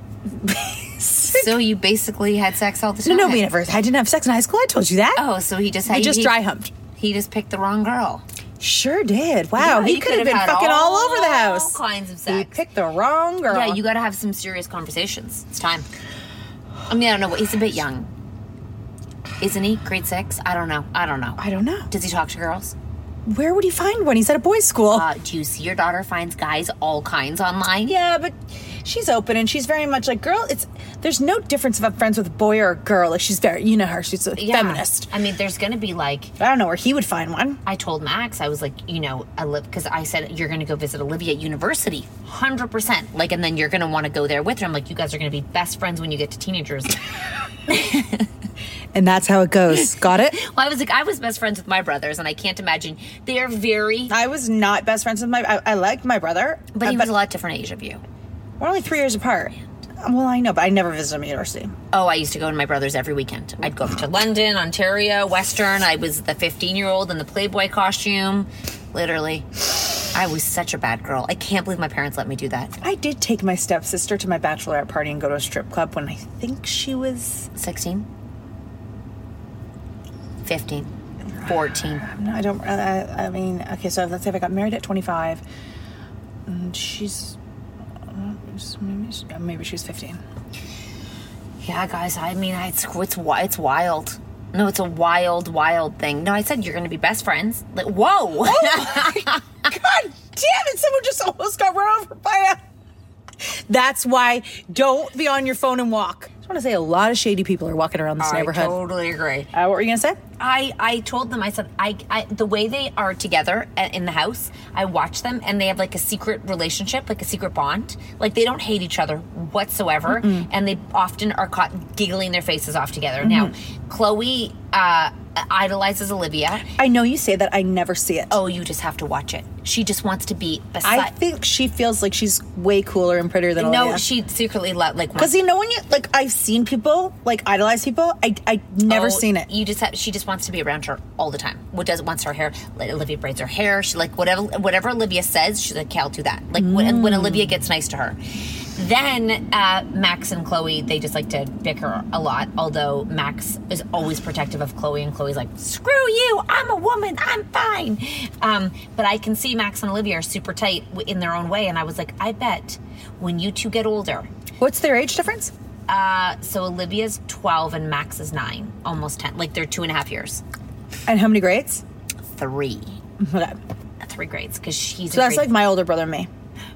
Speaker 2: so you basically had sex all the
Speaker 5: No,
Speaker 2: time.
Speaker 5: no, we never. I didn't have sex in high school. I told you that.
Speaker 2: Oh, so he just
Speaker 5: I
Speaker 2: had
Speaker 5: just
Speaker 2: he-
Speaker 5: dry humped.
Speaker 2: He just picked the wrong girl.
Speaker 5: Sure did. Wow,
Speaker 2: Yeah,
Speaker 5: he
Speaker 2: you
Speaker 5: could have been
Speaker 2: had
Speaker 5: fucking all, over the house.
Speaker 2: All kinds of
Speaker 5: He
Speaker 2: sex.
Speaker 5: picked the wrong girl.
Speaker 2: yeah, you got to have some serious conversations. It's time. I mean, I don't know. He's a bit young, isn't he? Grade six? I don't know. I don't know.
Speaker 5: I don't know.
Speaker 2: Does he talk to girls?
Speaker 5: Where would he find one? He's at a boys' school.
Speaker 2: Uh, do you see your daughter finds guys all kinds online?
Speaker 5: yeah, but she's open and she's very much like girl. It's there's no difference if I'm friends with a boy or a girl. Like she's very, you know her. She's a
Speaker 2: Yeah.
Speaker 5: feminist.
Speaker 2: I mean, there's going to be like
Speaker 5: I don't know where he would find one.
Speaker 2: I told Max, I was like, you know, because I said you're going to go visit Olivia at university, hundred percent. Like, and then you're going to want to go there with her. I'm like, you guys are going to be best friends when you get to teenagers.
Speaker 5: And that's how it goes. Got it?
Speaker 2: Well, I was like, I was best friends with my brothers, and I can't imagine they are very.
Speaker 5: I was not best friends with my. I, I liked my brother,
Speaker 2: but he was a lot different age of you.
Speaker 5: We're only three years apart. Well, I know, but I never visited him at university.
Speaker 2: Oh, I used to go to my brother's every weekend. I'd go up to London, Ontario, Western. I was the 15 year old in the Playboy costume. Literally. I was such a bad girl. I can't believe my parents let me do that.
Speaker 5: I did take my stepsister to my bachelorette party and go to a strip club when I think she was
Speaker 2: 16, 15, 14.
Speaker 5: No, I don't. uh, I, I mean, okay, so let's say if I got married at 25, and she's uh, maybe she, maybe she was 15.
Speaker 2: Yeah, guys. I mean, I- it's it's wi- it's wild. No, it's a wild, wild thing. No, I said you're going to be best friends. Like, whoa!
Speaker 5: God damn it, someone just almost got run over by a. That's why don't be on your phone and walk. I just want to say a lot of shady people are walking around this
Speaker 2: I
Speaker 5: neighborhood.
Speaker 2: totally agree.
Speaker 5: Uh, what were you going to say?
Speaker 2: I, I told them I said I, I the way they are together a- in the house I watch them and they have like a secret relationship like a secret bond like they don't hate each other whatsoever
Speaker 9: Mm-mm.
Speaker 2: and they often are caught giggling their faces off together now Chloe uh, idolizes Olivia
Speaker 5: I know you say that. I never see it.
Speaker 2: Oh, you just have to watch it. She just wants to be beside.
Speaker 5: I think she feels like she's way cooler and prettier than
Speaker 2: no,
Speaker 5: Olivia.
Speaker 2: she secretly lo- like
Speaker 5: Because you know when you like, I've seen people like idolize people. I I never
Speaker 2: Oh,
Speaker 5: seen it.
Speaker 2: You just have, she just wants to be around her all the time. What does wants her hair? Like Olivia braids her hair. She like whatever whatever Olivia says. She's like, okay, I'll do that. Like when, when
Speaker 9: Mm.
Speaker 2: Olivia gets nice to her. Then uh, Max and Chloe, they just like to bicker a lot. Although Max is always protective of Chloe, and Chloe's like, "Screw you! I'm a woman. I'm fine." Um, but I can see Max and Olivia are super tight w- in their own way, and I was like, "I bet when you two get older."
Speaker 5: e- What's their age difference?
Speaker 2: Uh, so Olivia's twelve and Max is nine, almost ten. Like they're two and a half years,
Speaker 5: And how many grades?
Speaker 2: Three.
Speaker 5: Okay.
Speaker 2: three grades, because she's.
Speaker 5: So
Speaker 2: a
Speaker 5: that's
Speaker 2: grade-
Speaker 5: like my older brother and me.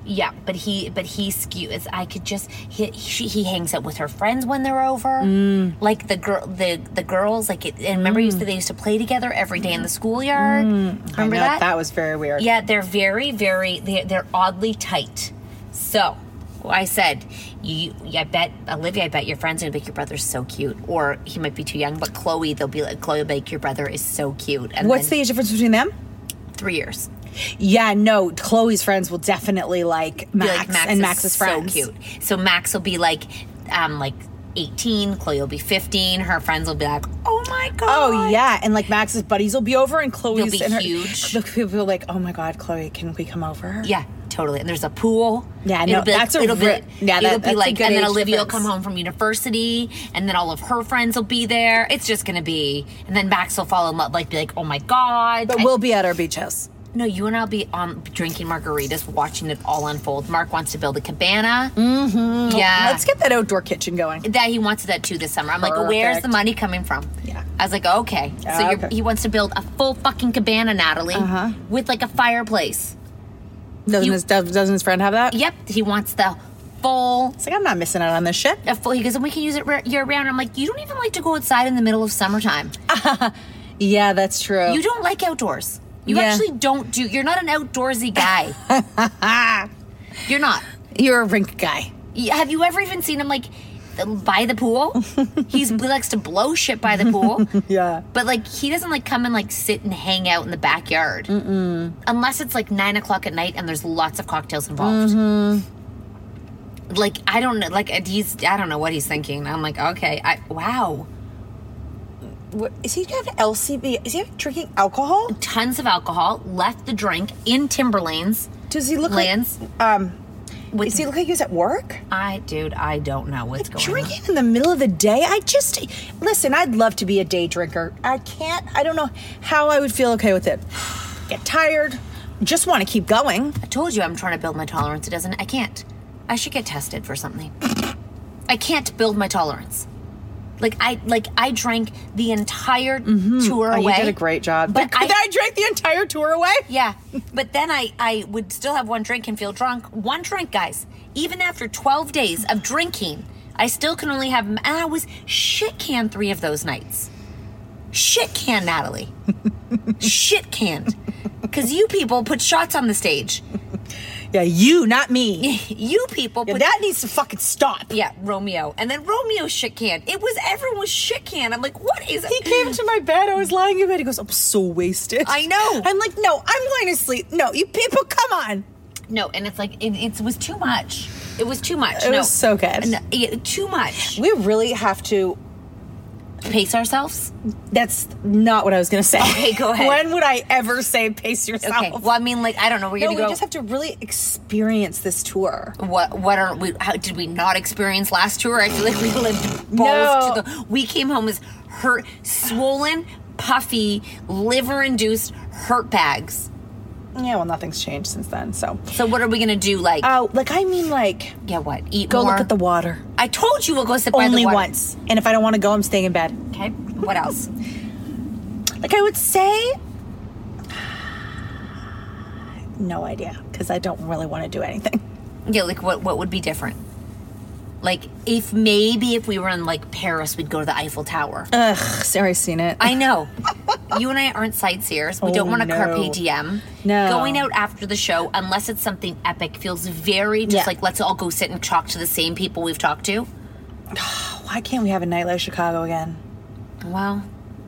Speaker 2: Yeah, but he but he skews. I could just he he, he hangs out with her friends when they're over.
Speaker 9: Mm.
Speaker 2: Like the girl the the girls like it, and remember used to, they used to play together every day in the schoolyard.
Speaker 5: Mm. I
Speaker 2: Remember
Speaker 5: know,
Speaker 2: that?
Speaker 5: That was very weird.
Speaker 2: Yeah, they're very very they're, they're oddly tight. So. I said, you, I bet Olivia. I bet your friends are gonna be like, your brother's so cute, or he might be too young. But Chloe, they'll be like, Chloe, will be like, your brother is so cute. And
Speaker 5: What's the age difference between them?
Speaker 2: Three years.
Speaker 5: Yeah, no. Chloe's friends will definitely like
Speaker 2: be
Speaker 5: Max,
Speaker 2: like, Max
Speaker 5: and
Speaker 2: is
Speaker 5: Max's friends.
Speaker 2: So cute. So Max will be like, um, like eighteen. Chloe will be fifteen. Her friends will be like, Oh my god.
Speaker 5: Oh yeah, and like Max's buddies will be over, and Chloe's
Speaker 2: be
Speaker 5: and her,
Speaker 2: huge.
Speaker 5: The people are like, oh my god, Chloe, can we come over?
Speaker 2: Yeah, totally. And there's a pool.
Speaker 5: Yeah,
Speaker 2: it'll
Speaker 5: no,
Speaker 2: be like-
Speaker 5: that's a
Speaker 2: it'll be,
Speaker 5: re- yeah, that-
Speaker 2: it'll be
Speaker 5: that's a
Speaker 2: like,
Speaker 5: good
Speaker 2: and then
Speaker 5: age
Speaker 2: Olivia will
Speaker 5: difference.
Speaker 2: come home from university, and then all of her friends will be there. It's just gonna be, and then Max will fall in love, like be like, oh my god.
Speaker 5: But
Speaker 2: I-
Speaker 5: we'll be at our beach house.
Speaker 2: No, you and I'll be um, drinking margaritas, watching it all unfold. Mark wants to build a cabana.
Speaker 5: Mm-hmm.
Speaker 2: Yeah.
Speaker 5: Let's get that outdoor kitchen going.
Speaker 2: That he wants that too this summer. I'm like, where's
Speaker 5: Perfect.
Speaker 2: the money coming from? Yeah. I was like, okay. So
Speaker 5: Yeah,
Speaker 2: You're,
Speaker 5: okay.
Speaker 2: he wants to build a full fucking cabana, Natalie,
Speaker 5: Uh-huh.
Speaker 2: with like a fireplace.
Speaker 5: Doesn't his doesn't his friend have that?
Speaker 2: Yep, he wants the full.
Speaker 5: It's like I'm not missing out on this shit.
Speaker 2: A full. He goes, and we can use it re- year round. I'm like, you don't even like to go outside in the middle of summertime.
Speaker 5: Yeah, that's true.
Speaker 2: You don't like outdoors. You
Speaker 5: Oh. Yeah.
Speaker 2: actually don't do. You're not an outdoorsy guy. you're not.
Speaker 5: You're a rink guy.
Speaker 2: Yeah, Have you ever even seen him like by the pool? He's he likes to blow shit by the pool.
Speaker 5: yeah.
Speaker 2: But like he doesn't like come and like sit and hang out in the backyard
Speaker 5: Mm-mm.
Speaker 2: unless it's like nine o'clock at night and there's lots of cocktails involved.
Speaker 5: Mm-hmm.
Speaker 2: Like I don't know, like and he's I don't know what he's thinking. I'm like okay, I, wow,
Speaker 5: What, is he have LCB? Is he drinking alcohol?
Speaker 2: Tons of alcohol. Left the drink in Timberlanes.
Speaker 5: Does he look like um? does he look like he was at work?
Speaker 2: I dude, I don't know what's going on.
Speaker 5: Drinking in the middle of the day? I just listen. I'd love to be a day drinker. I can't. I don't know how I would feel okay with it. Get tired. Just want to keep going.
Speaker 2: I told you I'm trying to build my tolerance. It doesn't. I can't. I should get tested for something. I can't build my tolerance. Like I like I drank the entire tour
Speaker 5: Oh, you
Speaker 2: away.
Speaker 5: did a great job.
Speaker 2: But I,
Speaker 5: drank the entire tour away.
Speaker 2: Yeah, but then I I would still have one drink and feel drunk. One drink, guys. Even after 12 days of drinking, I still can only have. And I was shit canned three of those nights. Shit canned, Natalie. shit canned, because you people put shots on the stage.
Speaker 5: Yeah, you, not me.
Speaker 2: you people.
Speaker 5: Yeah, that needs to fucking stop.
Speaker 2: Yeah, Romeo. And then Romeo shit can. It was everyone was shit can. I'm like, what is
Speaker 5: He came to my bed. I was lying in bed. He goes, I'm so wasted.
Speaker 2: I know.
Speaker 5: I'm like, no, I'm going to sleep. No, you people, come on.
Speaker 2: No, and it's like it, it was too much. It was too much.
Speaker 5: It
Speaker 2: no.
Speaker 5: was so good.
Speaker 2: No, yeah, too much.
Speaker 5: We really have to
Speaker 2: pace ourselves.
Speaker 5: That's not what I was going to say.
Speaker 2: Okay, go ahead.
Speaker 5: when would I ever say pace yourself?
Speaker 2: Okay. Well, I mean, like I don't know. We're
Speaker 5: no,
Speaker 2: gonna
Speaker 5: we
Speaker 2: go.
Speaker 5: just have to really experience this tour.
Speaker 2: what what are we? How, did we not experience last tour? I feel like we lived
Speaker 5: No.
Speaker 2: balls to the. We came home as hurt, swollen, puffy, liver-induced hurt bags.
Speaker 5: Yeah, well, nothing's changed since then. So,
Speaker 2: So what are we gonna do? Like,
Speaker 5: oh, like I mean, like
Speaker 2: yeah, what? Eat
Speaker 5: go
Speaker 2: more?
Speaker 5: look at the water
Speaker 2: I told you we'll go sit by
Speaker 5: only
Speaker 2: the water.
Speaker 5: once, and if I don't want to go, I'm staying in bed.
Speaker 2: Okay. What else?
Speaker 5: Like I would say, no idea, because I don't really want to do anything.
Speaker 2: Yeah, like what what would be different? Like if maybe if we were in like Paris, we've would go to the Eiffel Tower.
Speaker 5: Ugh, sorry, seen it.
Speaker 2: I know. you and I aren't sightseers. We don't
Speaker 5: Oh,
Speaker 2: want to
Speaker 5: no.
Speaker 2: carpe diem.
Speaker 5: No.
Speaker 2: Going out after the show, unless it's something epic, feels very just
Speaker 5: Yeah.
Speaker 2: like let's all go sit and talk to the same people we've talked to.
Speaker 5: Why can't we have a night like Chicago again?
Speaker 2: Well,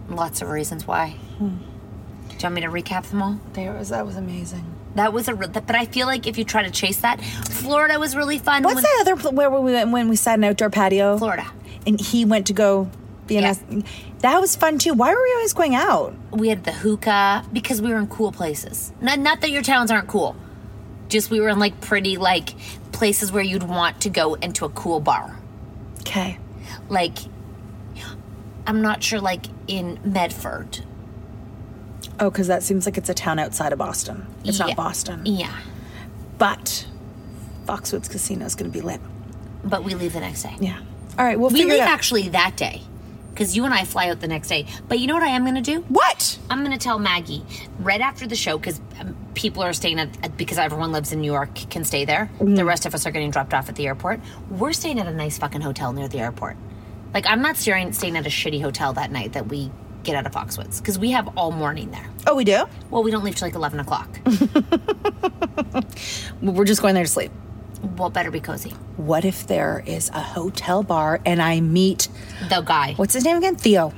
Speaker 2: lots of reasons why.
Speaker 5: Hmm.
Speaker 2: Do you want me to recap them all?
Speaker 5: There was that was amazing.
Speaker 2: That was a, re- but I feel like if you try to chase that, Florida was really fun.
Speaker 5: What's
Speaker 2: when-
Speaker 5: that other pl- where we went when we sat in an outdoor patio?
Speaker 2: Florida.
Speaker 5: And he went to go be in
Speaker 2: Yeah.
Speaker 5: a. That was fun too. Why were we always going out?
Speaker 2: we had the hookah because we were in cool places. Not, not that your towns aren't cool, just we were in like pretty like places where you'd want to go into a cool bar.
Speaker 5: Okay.
Speaker 2: Like, I'm not sure, like in Medford.
Speaker 5: Oh, because that seems like it's a town outside of Boston. It's
Speaker 2: Yeah. E-,
Speaker 5: not Boston.
Speaker 2: Yeah,
Speaker 5: But Foxwoods Casino is going to be lit.
Speaker 2: but we leave the next day.
Speaker 5: Yeah. All right, we'll
Speaker 2: we
Speaker 5: figure
Speaker 2: leave
Speaker 5: it out.
Speaker 2: actually that day because you and I fly out the next day. But you know what I am gonna do?
Speaker 5: what?
Speaker 2: I'm gonna tell Maggie right after the show because um, people are staying at, at- because everyone lives in New York can stay there. The rest of us are getting dropped off at the airport. We're staying at a nice fucking hotel near the airport. Like I'm not staying staying at a shitty hotel that night that we get out of Foxwoods because we have all morning there.
Speaker 5: Oh, we do?
Speaker 2: Well, we don't leave till like eleven o'clock.
Speaker 5: We're just going there to sleep.
Speaker 2: well, better be cozy.
Speaker 5: What if there is a hotel bar and I meet.
Speaker 2: The guy.
Speaker 5: What's his name again? Theo.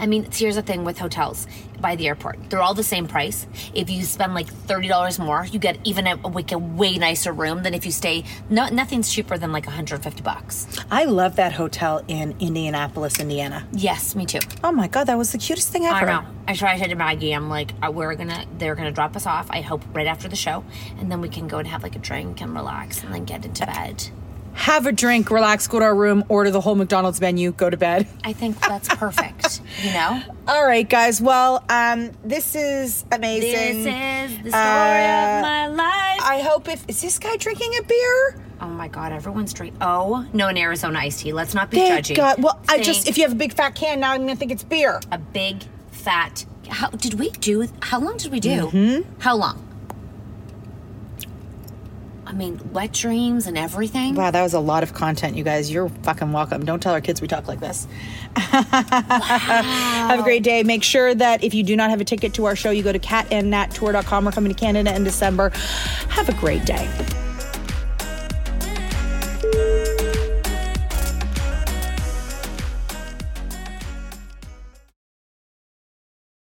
Speaker 2: I mean, it's- here's the thing with hotels by the airport. They're all the same price. If you spend like $30 more, you get even a, like a way nicer room than if you stay. No, nothing's cheaper than like 150 bucks.
Speaker 5: I love that hotel in Indianapolis, Indiana.
Speaker 2: Yes, me too.
Speaker 5: Oh my God, that was the cutest thing ever.
Speaker 2: I know. I tried to Maggie. I'm like, uh, we're gonna, they're gonna drop us off. I hope right after the show, and then we can go and have like a drink and relax, and then get into bed.
Speaker 5: Have a drink, relax, go to our room, order the whole McDonald's menu, go to bed.
Speaker 2: I think that's perfect. you know,
Speaker 5: All right, guys. Well, um, this is amazing.
Speaker 2: this is the story
Speaker 5: Uh,
Speaker 2: of my life.
Speaker 5: I hope if is this guy drinking a beer?
Speaker 2: oh my god, everyone's drink. Oh no, an Arizona iced tea. Let's not be
Speaker 5: Thank
Speaker 2: judgy.
Speaker 5: God. Well, I
Speaker 2: Thank
Speaker 5: just if you have a big fat can now, I'm gonna think it's beer.
Speaker 2: a big fat. How did we do? How long did we do?
Speaker 5: Mm-hmm.
Speaker 2: How long? I mean, wet dreams and everything.
Speaker 5: Wow, that was a lot of content, you guys. You're fucking welcome. Don't tell our kids we talk like this. Have a great day. Make sure that if you do not have a ticket to our show, you go to catandnattour.com. We're coming to Canada in December. Have a great day.